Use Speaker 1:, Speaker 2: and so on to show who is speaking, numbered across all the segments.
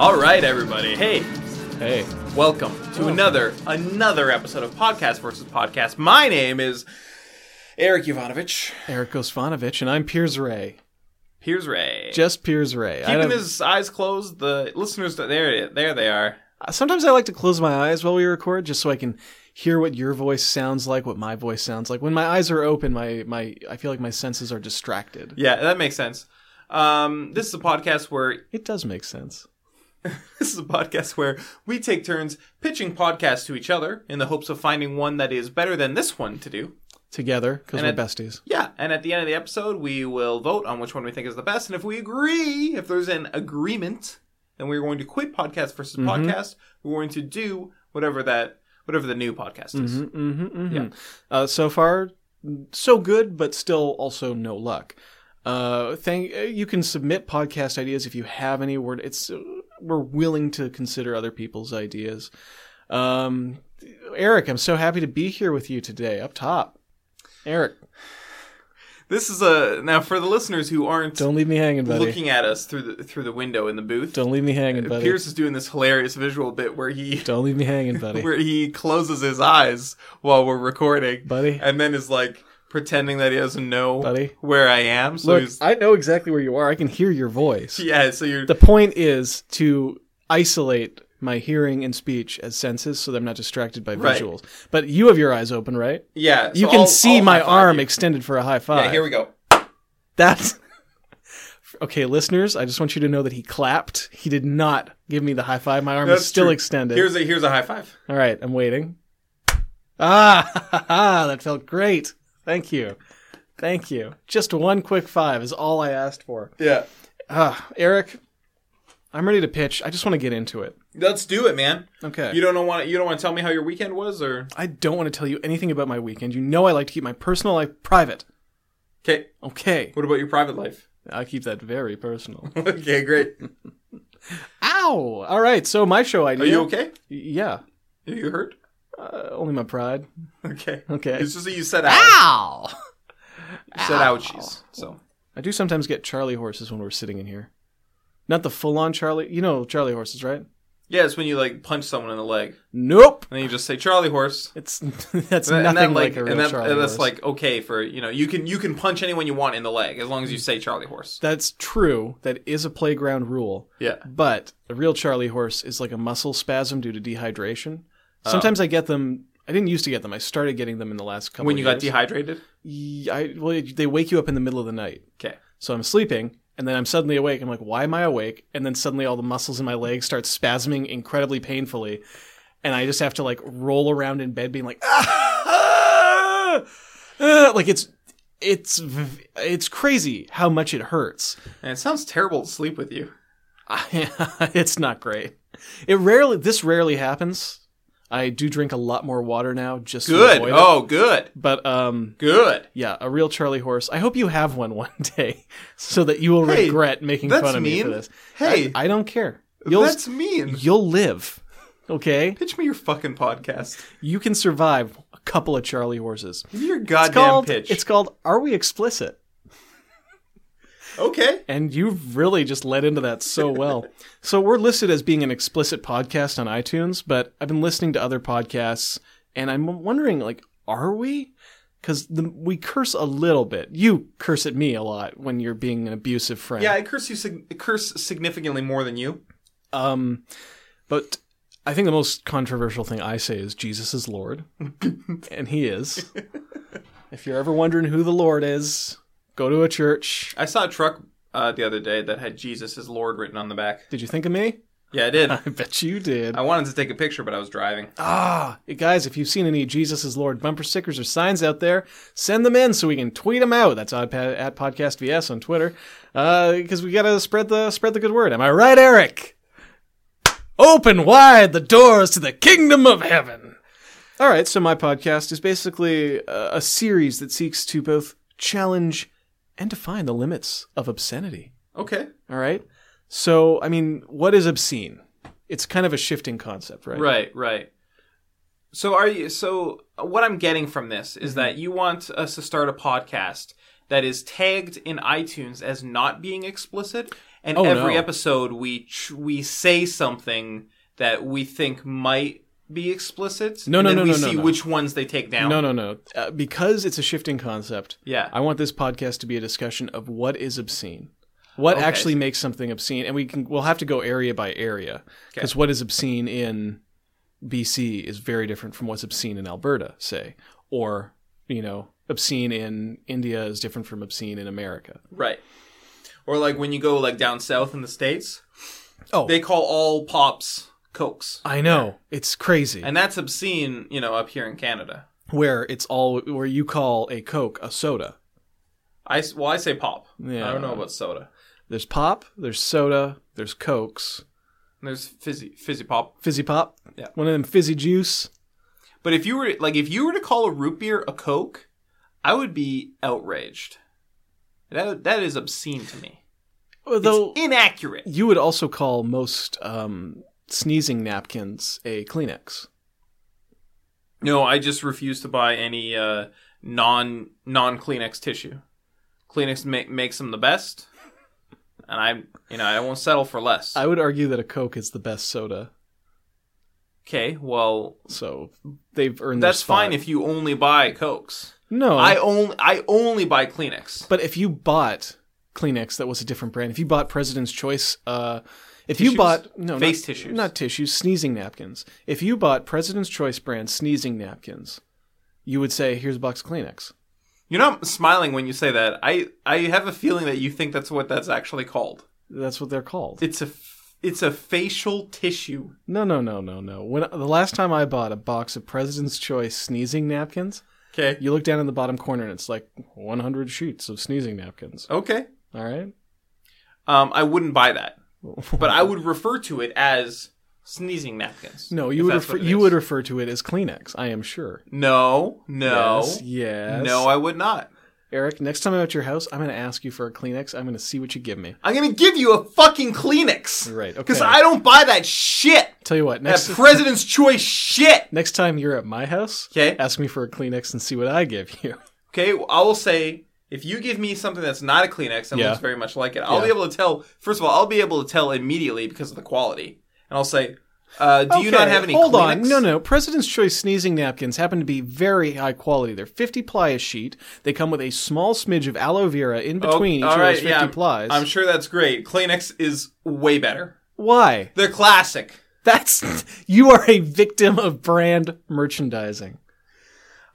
Speaker 1: All right, everybody. Hey,
Speaker 2: Hey. Oh.
Speaker 1: welcome to another another episode of Podcast versus Podcast. My name is Eric Ivanovich.
Speaker 2: Eric Osvanovich, and I'm Piers Ray.
Speaker 1: Here's Ray.
Speaker 2: Just Piers Ray. I
Speaker 1: Keeping
Speaker 2: don't-
Speaker 1: his eyes closed, the listeners there it- there they are.
Speaker 2: Sometimes I like to close my eyes while we record just so I can hear what your voice sounds like, what my voice sounds like. When my eyes are open, my, my I feel like my senses are distracted.
Speaker 1: Yeah, that makes sense. Um, this is a podcast where
Speaker 2: It does make sense.
Speaker 1: This is a podcast where we take turns pitching podcasts to each other in the hopes of finding one that is better than this one to do.
Speaker 2: Together, because we're
Speaker 1: it-
Speaker 2: besties.
Speaker 1: Yeah, and at the end of the episode, we will vote on which one we think is the best. And if we agree, if there's an agreement, then we're going to quit podcast versus
Speaker 2: Mm-hmm.
Speaker 1: podcast. We're going to do whatever that whatever the new podcast is.
Speaker 2: Mm-hmm, Yeah. Uh, so far, so good, but still also no luck. Uh, thank uh, you can submit podcast ideas if you have any. Word, it's uh, we're willing to consider other people's ideas. Um, Eric, I'm so happy to be here with you today. Up top, Eric,
Speaker 1: This is a now for the listeners who aren't
Speaker 2: don't leave me hanging, buddy.
Speaker 1: looking at us through the through the window in the booth.
Speaker 2: don't leave me hanging, buddy.
Speaker 1: Pierce is doing this hilarious visual bit where he
Speaker 2: Don't leave me hanging, buddy.
Speaker 1: where he closes his eyes while we're recording,
Speaker 2: Buddy.
Speaker 1: and then is like pretending that he doesn't know
Speaker 2: Buddy.
Speaker 1: where I am. So
Speaker 2: Look,
Speaker 1: he's
Speaker 2: I know exactly where you are. I can hear your voice.
Speaker 1: yeah. So you're
Speaker 2: The point is to isolate my hearing and speech as senses so that I'm not distracted by
Speaker 1: Right.
Speaker 2: visuals. But you have your eyes open, right?
Speaker 1: yeah. so
Speaker 2: you can
Speaker 1: I'll-
Speaker 2: see
Speaker 1: I'll
Speaker 2: my
Speaker 1: high-five
Speaker 2: arm
Speaker 1: you.
Speaker 2: extended for a high five.
Speaker 1: Yeah, here we go.
Speaker 2: That's Okay, listeners, I just want you to know that he clapped. He did not give me the high five. My arm
Speaker 1: That's
Speaker 2: is still
Speaker 1: true.
Speaker 2: extended.
Speaker 1: Here's a here's a high five.
Speaker 2: All right, I'm waiting. Ah, that felt great. Thank you. Thank you. Just one quick five is all I asked for.
Speaker 1: Yeah,
Speaker 2: Ah, Eric, I'm ready to pitch. I just want to get into it.
Speaker 1: let's do it, man.
Speaker 2: Okay.
Speaker 1: You don't want you don't want to tell me how your weekend was, or
Speaker 2: I don't want to tell you anything about my weekend. You know I like to keep my personal life private.
Speaker 1: okay.
Speaker 2: Okay.
Speaker 1: What about your private life?
Speaker 2: I keep that very personal.
Speaker 1: okay, great.
Speaker 2: Ow! All right, so my show idea.
Speaker 1: Are you okay?
Speaker 2: Yeah.
Speaker 1: Are you hurt?
Speaker 2: Uh, only my pride.
Speaker 1: Okay.
Speaker 2: Okay. Ah!
Speaker 1: It's just that you said ouch.
Speaker 2: Ow!
Speaker 1: You said ouchies. So
Speaker 2: I do sometimes get Charlie horses when we're sitting in here. Not the full on Charlie. You know Charlie horses, right?
Speaker 1: yeah, it's when you like punch someone in the leg,
Speaker 2: Nope!
Speaker 1: and then you just say Charlie horse.
Speaker 2: It's That's
Speaker 1: And that-
Speaker 2: nothing
Speaker 1: and that,
Speaker 2: like, a real
Speaker 1: and that,
Speaker 2: Charlie
Speaker 1: and
Speaker 2: horse.
Speaker 1: that's like okay for you know you can you can punch anyone you want in the leg as long as you say Charlie horse.
Speaker 2: That's true. That is a playground rule.
Speaker 1: Yeah.
Speaker 2: But a real Charlie horse is like a muscle spasm due to dehydration.
Speaker 1: Oh.
Speaker 2: Sometimes I get them. I didn't used to get them. I started getting them in the last couple.
Speaker 1: When
Speaker 2: of
Speaker 1: you got
Speaker 2: years.
Speaker 1: dehydrated.
Speaker 2: dehydrated, I, well, they wake you up in the middle of the night.
Speaker 1: Okay.
Speaker 2: So I'm sleeping, and then I'm suddenly awake. I'm like, why am I awake? And then suddenly all the muscles in my legs start spasming incredibly painfully, and I just have to like roll around in bed, being like, ah, ah." like it's it's v- it's crazy how much it hurts.
Speaker 1: And it sounds terrible to sleep with you.
Speaker 2: it's not great. It rarely this rarely happens. I do drink a lot more water now just to
Speaker 1: Good.
Speaker 2: avoid it.
Speaker 1: Oh, good.
Speaker 2: But um
Speaker 1: Good.
Speaker 2: yeah, a real Charlie horse. I hope you have one one day so that you will
Speaker 1: Hey,
Speaker 2: regret making
Speaker 1: that's
Speaker 2: fun of me
Speaker 1: mean.
Speaker 2: for this.
Speaker 1: Hey.
Speaker 2: I, I don't care. You'll
Speaker 1: That's mean.
Speaker 2: you'll live. Okay?
Speaker 1: Pitch me your fucking podcast.
Speaker 2: You can survive a couple of Charlie horses.
Speaker 1: Give me your
Speaker 2: It's
Speaker 1: goddamn
Speaker 2: called
Speaker 1: pitch.
Speaker 2: it's called Are We Explicit?
Speaker 1: okay.
Speaker 2: And you've really just led into that so well. so we're listed as being an explicit podcast on iTunes, but I've been listening to other podcasts and I'm wondering like are we? Cuz we curse a little bit. You curse at me a lot when you're being an abusive friend.
Speaker 1: Yeah, I curse you sig- curse significantly more than you.
Speaker 2: Um but I think the most controversial thing I say is Jesus is Lord. and he is. if you're ever wondering who the Lord is, go to a church.
Speaker 1: I saw a truck uh, the other day that had Jesus as Lord written on the back.
Speaker 2: Did you think of me?
Speaker 1: Yeah, I did.
Speaker 2: I bet you did.
Speaker 1: I wanted to take a picture, but I was driving.
Speaker 2: Ah, guys, if you've seen any Jesus is Lord bumper stickers or signs out there, send them in so we can tweet them out. That's on, pa- at podcast vs on Twitter, because we gotta spread the spread the good word. Am I right, Eric? Open wide the doors to the kingdom of heaven. All right, so my podcast is basically uh, a series that seeks to both challenge and define the limits of obscenity.
Speaker 1: Okay.
Speaker 2: All right, so I mean, what is obscene? It's kind of a shifting concept, right?
Speaker 1: Right, right.
Speaker 2: Mm-hmm.
Speaker 1: So are you so what I'm getting from this is that you want us to start a podcast that is tagged in iTunes as not being explicit, and
Speaker 2: Oh,
Speaker 1: every
Speaker 2: no.
Speaker 1: episode we ch- we say something that we think might be explicit.
Speaker 2: No,
Speaker 1: and
Speaker 2: no,
Speaker 1: then
Speaker 2: no,
Speaker 1: we
Speaker 2: no, no,
Speaker 1: see
Speaker 2: no.
Speaker 1: which ones they take down.
Speaker 2: No, no, no. Uh, because it's a shifting concept.
Speaker 1: Yeah.
Speaker 2: I want this podcast to be a discussion of what is obscene. What actually makes something obscene, and we can we'll have to go area by area because what is obscene in BC is very different from what's obscene in Alberta, say, or you know, obscene in India is different from obscene in America.
Speaker 1: Right. Or like when you go like down south in the states,
Speaker 2: Oh.
Speaker 1: they call all pops cokes,
Speaker 2: I know it's crazy.
Speaker 1: and that's obscene, you know, up here in Canada.
Speaker 2: where it's all where you call a Coke a soda.
Speaker 1: I s- well, I say pop.
Speaker 2: Yeah.
Speaker 1: I don't know about soda.
Speaker 2: There's pop, there's soda, there's Cokes,
Speaker 1: And there's fizzy fizzy pop.
Speaker 2: fizzy pop,
Speaker 1: Yeah.
Speaker 2: one of them fizzy juice.
Speaker 1: But if you were like if you were to call a root beer a coke, I would be outraged. That that is obscene to me.
Speaker 2: Although
Speaker 1: it's inaccurate.
Speaker 2: you would also call most um, sneezing napkins a Kleenex.
Speaker 1: No, I just refuse to buy any uh, non non Kleenex tissue. Kleenex ma- makes them the best, and I you know I won't settle for less.
Speaker 2: I would argue that a Coke is the best soda,
Speaker 1: okay, well
Speaker 2: so they've earned.
Speaker 1: that's fine if you only buy cokes.
Speaker 2: no,
Speaker 1: I only I only buy Kleenex.
Speaker 2: but if you bought Kleenex that was a different brand, if you bought President's Choice, uh, if you
Speaker 1: Tissues?
Speaker 2: bought no
Speaker 1: Face
Speaker 2: not,
Speaker 1: tissues.
Speaker 2: not tissues, sneezing napkins. If you bought President's Choice brand sneezing napkins, you would say, "Here's a box of Kleenex."
Speaker 1: You're not smiling when you say that. I I have a feeling that you think that's what that's actually called.
Speaker 2: That's what they're called.
Speaker 1: It's a f- it's a facial tissue.
Speaker 2: No, no, no, no, no. When the last time I bought a box of President's Choice sneezing napkins,
Speaker 1: Okay.
Speaker 2: you look down in the bottom corner and it's like 100 sheets of sneezing napkins.
Speaker 1: Okay.
Speaker 2: All right.
Speaker 1: Um, I wouldn't buy that, but I would refer to it as sneezing napkins.
Speaker 2: No,
Speaker 1: if
Speaker 2: you would
Speaker 1: that's
Speaker 2: refer,
Speaker 1: what it
Speaker 2: you
Speaker 1: is.
Speaker 2: would refer to it as Kleenex. I am sure.
Speaker 1: No, no,
Speaker 2: Yes. yes.
Speaker 1: no. I would not.
Speaker 2: Eric, next time I'm at your house, I'm going to ask you for a Kleenex. I'm going to see what you give me.
Speaker 1: I'm gonna give you a fucking Kleenex.
Speaker 2: You're right, okay.
Speaker 1: Because I don't buy that shit.
Speaker 2: Tell you what,
Speaker 1: That
Speaker 2: next
Speaker 1: President's Choice shit.
Speaker 2: next time you're at my house,
Speaker 1: Okay.
Speaker 2: ask me for a Kleenex and see what I give you.
Speaker 1: Okay. well, I will say if you give me something that's not a Kleenex and
Speaker 2: Yeah.
Speaker 1: looks very much like it, I'll be
Speaker 2: Yeah.
Speaker 1: able to tell. First of all, I'll be able to tell immediately because of the quality, and I'll say, uh, "Do you
Speaker 2: Okay,
Speaker 1: not have any?"
Speaker 2: Hold on.
Speaker 1: Kleenex?
Speaker 2: No, no. President's Choice sneezing napkins happen to be very high quality. They're 50 ply a sheet. They come with a small smidge of aloe vera in between each
Speaker 1: Oh, all
Speaker 2: of
Speaker 1: right,
Speaker 2: those 50
Speaker 1: yeah, I'm-
Speaker 2: plies.
Speaker 1: I'm sure that's great. Kleenex is way better.
Speaker 2: Why?
Speaker 1: They're classic.
Speaker 2: That's you are a victim of brand merchandising.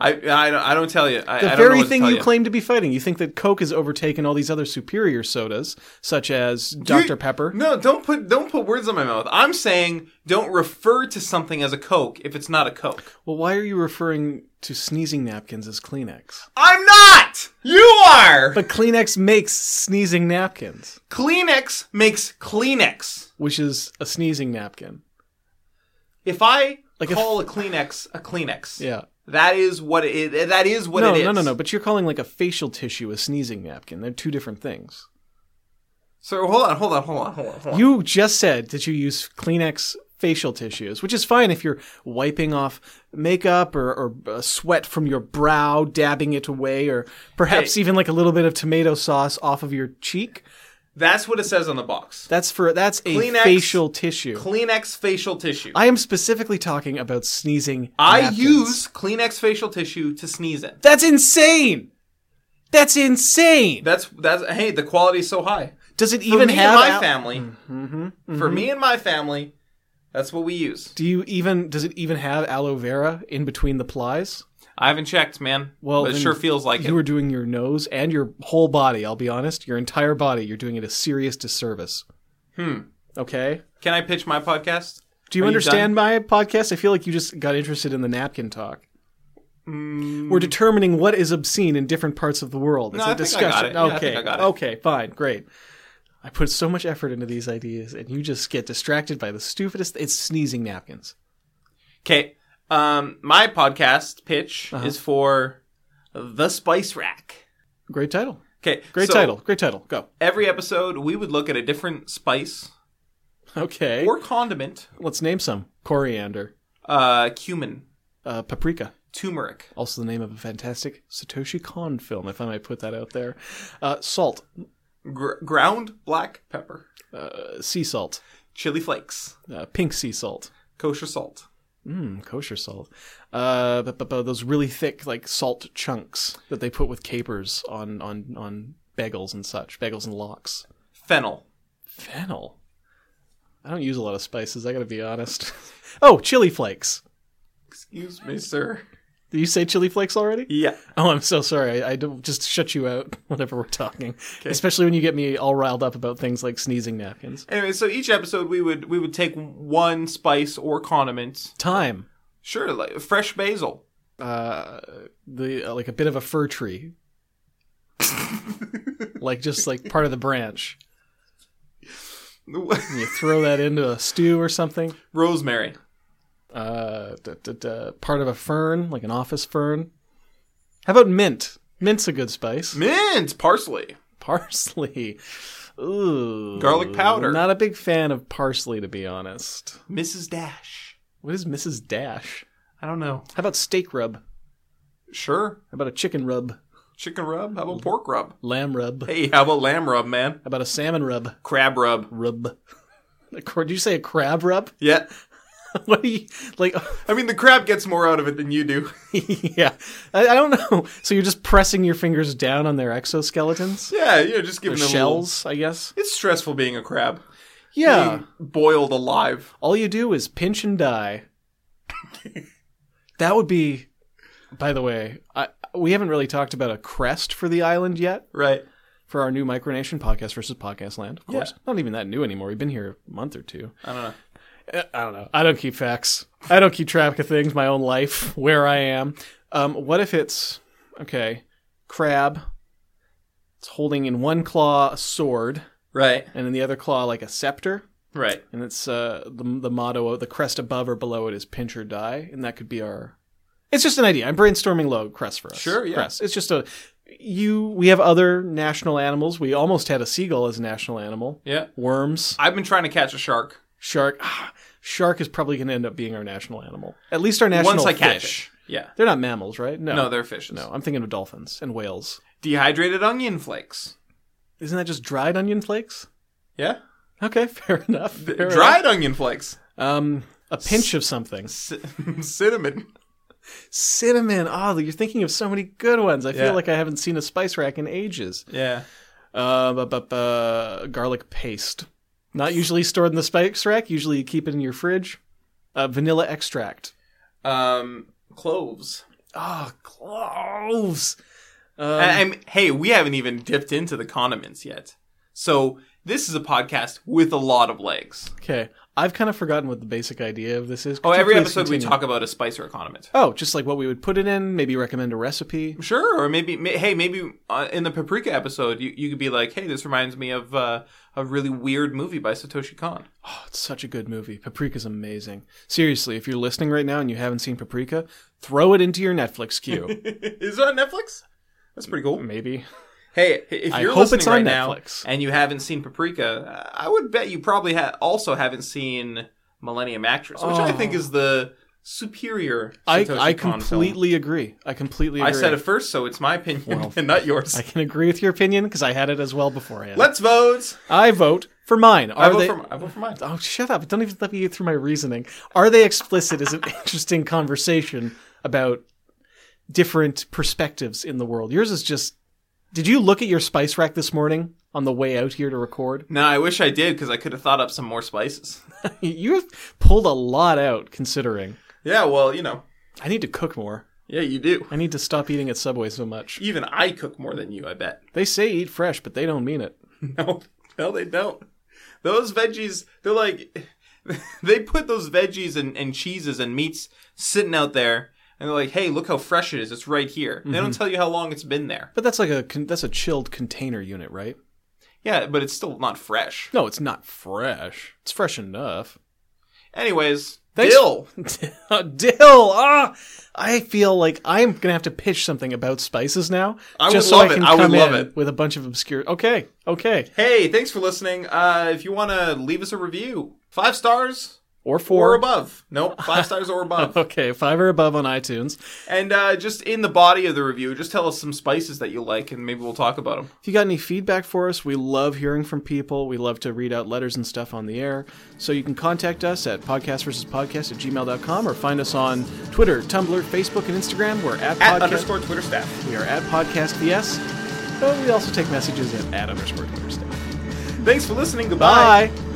Speaker 1: I I, don't- I don't tell you. I,
Speaker 2: The
Speaker 1: I don't know
Speaker 2: very
Speaker 1: what to
Speaker 2: thing
Speaker 1: tell
Speaker 2: you,
Speaker 1: you.
Speaker 2: claim to be fighting. You think that Coke has overtaken all these other superior sodas, such as Dr. Pepper.
Speaker 1: No, don't put don't put words in my mouth. I'm saying don't refer to something as a Coke if it's not a Coke.
Speaker 2: Well, why are you referring to sneezing napkins as Kleenex?
Speaker 1: I'm not. You are.
Speaker 2: But Kleenex makes sneezing napkins,
Speaker 1: Kleenex makes Kleenex.
Speaker 2: which is a sneezing napkin.
Speaker 1: If I
Speaker 2: Like if-
Speaker 1: call a Kleenex a Kleenex,
Speaker 2: Yeah.
Speaker 1: that is what it. That is what
Speaker 2: No,
Speaker 1: it is.
Speaker 2: no, no, no. But you're calling like a facial tissue a sneezing napkin. They're two different things.
Speaker 1: So hold on, hold on, hold on, hold on. Hold on.
Speaker 2: You just said that you use Kleenex facial tissues, which is fine if you're wiping off makeup or, or uh, sweat from your brow, dabbing it away, or perhaps even like a little bit of tomato sauce off of your cheek.
Speaker 1: That's what it says on the box.
Speaker 2: That's for that's a
Speaker 1: Kleenex-
Speaker 2: facial tissue.
Speaker 1: Kleenex facial tissue.
Speaker 2: I am specifically talking about sneezing.
Speaker 1: I
Speaker 2: napkins.
Speaker 1: use Kleenex facial tissue to sneeze in.
Speaker 2: That's insane. That's insane.
Speaker 1: That's that's hey, the quality is so high.
Speaker 2: Does it
Speaker 1: For
Speaker 2: even
Speaker 1: me
Speaker 2: have Mm-hmm,
Speaker 1: and my
Speaker 2: al-
Speaker 1: family. For me and my family, that's what we use.
Speaker 2: Do you even does it even have aloe vera in between the plies?
Speaker 1: I haven't checked, man.
Speaker 2: Well,
Speaker 1: Well, it
Speaker 2: then
Speaker 1: sure feels like
Speaker 2: You
Speaker 1: it.
Speaker 2: are doing your nose and your whole body, I'll be honest, your entire body, you're doing it a serious disservice. Hmm. Okay.
Speaker 1: Can I pitch my podcast?
Speaker 2: Do you
Speaker 1: Are you
Speaker 2: understand my podcast? I feel like you just got interested in the napkin talk. We're determining what is obscene in different parts of the world. It's
Speaker 1: Mm. No,
Speaker 2: a
Speaker 1: I think I got
Speaker 2: discussion.
Speaker 1: it. Yeah, I
Speaker 2: okay.
Speaker 1: think I got it.
Speaker 2: Okay, fine, great. I put so much effort into these ideas and you just get distracted by the stupidest it's sneezing napkins.
Speaker 1: Okay. Um, my podcast pitch
Speaker 2: Uh-huh.
Speaker 1: is for the Spice Rack.
Speaker 2: Great title.
Speaker 1: Okay,
Speaker 2: Great
Speaker 1: so
Speaker 2: title. Great title. Go.
Speaker 1: Every episode, we would look at a different spice
Speaker 2: Okay.
Speaker 1: or condiment,
Speaker 2: Let's name some coriander,
Speaker 1: uh, cumin,
Speaker 2: uh, paprika,
Speaker 1: turmeric.
Speaker 2: Also, the name of a fantastic Satoshi Kon film, if I might put that out there. Uh, salt,
Speaker 1: Gr- ground black pepper,
Speaker 2: uh, sea salt,
Speaker 1: chili flakes,
Speaker 2: uh, pink sea salt,
Speaker 1: kosher salt,
Speaker 2: mm, kosher salt. Uh, but, but, but those really thick like salt chunks that they put with capers on on on bagels and such, bagels and lox.
Speaker 1: fennel.
Speaker 2: Fennel. I don't use a lot of spices. I got to be honest. oh, chili flakes.
Speaker 1: Excuse me, sir.
Speaker 2: Did you say chili flakes already?
Speaker 1: Yeah.
Speaker 2: Oh, I'm so sorry. I, I don't just shut you out whenever we're talking, especially when you get me all riled up about things like sneezing napkins.
Speaker 1: Anyway, so each episode we would we would take one spice or condiment.
Speaker 2: Thyme,
Speaker 1: Sure, like fresh basil.
Speaker 2: uh, the uh, like a bit of a fir tree, like just like part of the branch. You throw that into a stew or something.
Speaker 1: Rosemary.
Speaker 2: Uh, d- d- d- part of a fern, like an office fern. How about mint? Mint's a good spice.
Speaker 1: Mint, parsley.
Speaker 2: Parsley. Ooh.
Speaker 1: Garlic powder.
Speaker 2: Not a big fan of parsley, to be honest.
Speaker 1: Mrs. Dash.
Speaker 2: What is Mrs. Dash?
Speaker 1: I don't know.
Speaker 2: How about steak rub? How
Speaker 1: Sure.
Speaker 2: about a chicken rub?
Speaker 1: Chicken rub? How about pork rub?
Speaker 2: Lamb rub? How
Speaker 1: Hey, how about lamb rub, man?
Speaker 2: about a salmon rub?
Speaker 1: Crab rub.
Speaker 2: Rub. A cor- Did you say a crab rub?
Speaker 1: Yeah.
Speaker 2: what do you like?
Speaker 1: I mean, the crab gets more out of it than you do.
Speaker 2: yeah, I, I don't know. So you're just pressing your fingers down on their exoskeletons,
Speaker 1: Yeah, you know, just giving
Speaker 2: their
Speaker 1: them a
Speaker 2: shells, I guess.
Speaker 1: little- It's stressful being a crab.
Speaker 2: Yeah,
Speaker 1: Being boiled alive.
Speaker 2: all you do is pinch and die. that would be. By the way, I, we haven't really talked about a crest for the island yet.
Speaker 1: Right.
Speaker 2: For our new Micronation podcast versus Podcast Land, of course. Not even that new anymore. We've been here a month or two.
Speaker 1: I don't know.
Speaker 2: Uh, I don't know. I don't keep facts. I don't keep track of things, my own life, where I am. Um, what if it's okay, crab? It's holding in one claw a sword
Speaker 1: Right.
Speaker 2: and in the other claw like a scepter,
Speaker 1: Right.
Speaker 2: and it's uh, the the motto, the crest above or below it is pinch or die, and that could be our. It's just an idea. I'm brainstorming low crest for us.
Speaker 1: Sure, yeah.
Speaker 2: Crest. It's just a you. We have other national animals. We almost had a seagull as a national animal.
Speaker 1: Yeah.
Speaker 2: Worms.
Speaker 1: I've been trying to catch a shark.
Speaker 2: Shark. ah, shark is probably going to end up being our national animal. At least our national
Speaker 1: Once I
Speaker 2: fish.
Speaker 1: catch. Yeah.
Speaker 2: They're not mammals, right? No.
Speaker 1: No, they're fishes.
Speaker 2: no. I'm thinking of dolphins and whales.
Speaker 1: Dehydrated onion flakes.
Speaker 2: Isn't that just dried onion flakes?
Speaker 1: Yeah.
Speaker 2: Okay, fair enough. fair
Speaker 1: Dried onion flakes.
Speaker 2: enough. Um, a pinch of something.
Speaker 1: C- cinnamon.
Speaker 2: Cinnamon. Oh, you're thinking of so many good ones. I
Speaker 1: Yeah.
Speaker 2: feel like I haven't seen a spice rack in ages.
Speaker 1: Yeah.
Speaker 2: Uh, bu- bu- bu- garlic paste. Not usually stored in the spice rack. Usually you keep it in your fridge. Uh, vanilla extract.
Speaker 1: Um, cloves.
Speaker 2: Ah, cloves. Um,
Speaker 1: I, I'm, hey, we haven't even dipped into the condiments yet. So this is a podcast with a lot of legs.
Speaker 2: Okay, I've kind of forgotten what the basic idea of this is.
Speaker 1: Oh,
Speaker 2: Could you
Speaker 1: every
Speaker 2: please
Speaker 1: episode we
Speaker 2: continue?
Speaker 1: talk about a spice or a condiment.
Speaker 2: Oh, just like what we would put it in. Maybe recommend a recipe.
Speaker 1: Sure, or maybe, may, hey, maybe uh, in the paprika episode, you, you could be like, hey, this reminds me of uh, a really weird movie by Satoshi Kon.
Speaker 2: Oh, it's such a good movie. Paprika's amazing. Seriously, if you're listening right now and you haven't seen Paprika, throw it into your Netflix queue.
Speaker 1: is it on Netflix? That's pretty cool.
Speaker 2: Maybe.
Speaker 1: Hey, if
Speaker 2: I
Speaker 1: you're
Speaker 2: hope
Speaker 1: listening
Speaker 2: it's on
Speaker 1: right
Speaker 2: Netflix.
Speaker 1: now and you haven't seen Paprika, I would bet you probably ha- also haven't seen Millennium Actress, which I
Speaker 2: Oh.
Speaker 1: think is the superior.
Speaker 2: I,
Speaker 1: Satoshi
Speaker 2: I
Speaker 1: Kon film.
Speaker 2: completely agree. I completely
Speaker 1: I
Speaker 2: agree.
Speaker 1: said it first, so it's my opinion and not yours.
Speaker 2: I can agree with your opinion because I had it as well beforehand.
Speaker 1: Let's vote.
Speaker 2: I vote for mine. Are
Speaker 1: I vote,
Speaker 2: they?
Speaker 1: for, mi- I vote for mine.
Speaker 2: Oh, shut up. Don't even let me get through my reasoning. Are they explicit is an interesting conversation about different perspectives in the world. Yours is just Did you look at your spice rack this morning on the way out here to record?
Speaker 1: No, I wish I did because I could have thought up some more spices.
Speaker 2: You've pulled a lot out considering.
Speaker 1: Yeah, well, you know,
Speaker 2: I need to cook more.
Speaker 1: yeah, you do.
Speaker 2: I need to stop eating at Subway so much.
Speaker 1: Even I cook more than you, I bet.
Speaker 2: They say eat fresh, but they don't mean it.
Speaker 1: No, no, they don't. Those veggies, they're like, they put those veggies and, and cheeses and meats sitting out there, and they're like, hey, look how fresh it is. It's right here. They don't tell you how long it's been there.
Speaker 2: But that's like a con- that's a chilled container unit, right?
Speaker 1: Yeah, but it's still not fresh.
Speaker 2: No, it's not fresh. It's fresh enough.
Speaker 1: Anyways,
Speaker 2: Thanks-
Speaker 1: dill.
Speaker 2: Dill. Ah, I feel like I'm gonna have to pitch something about spices now.
Speaker 1: I would
Speaker 2: just
Speaker 1: love
Speaker 2: so I
Speaker 1: it.
Speaker 2: can
Speaker 1: I would
Speaker 2: come
Speaker 1: love
Speaker 2: in
Speaker 1: it.
Speaker 2: with a bunch of obscure. Okay, okay.
Speaker 1: Hey, thanks for listening. Uh, if you want to leave us a review, five stars
Speaker 2: or
Speaker 1: Or
Speaker 2: four.
Speaker 1: above. Nope. Five stars or above.
Speaker 2: okay, five or above on iTunes.
Speaker 1: And uh, just in the body of the review, just tell us some spices that you like, and maybe we'll talk about them.
Speaker 2: If you got any feedback for us, we love hearing from people. We love to read out letters and stuff on the air. So you can contact us at podcastversuspodcast at gmail.com or find us on Twitter, Tumblr, Facebook, and Instagram. We're at,
Speaker 1: At
Speaker 2: podcast.
Speaker 1: underscore Twitter staff.
Speaker 2: We are at podcastvs. But we also take messages at, at underscore Twitter. Staff.
Speaker 1: Thanks for listening. Goodbye.
Speaker 2: Bye.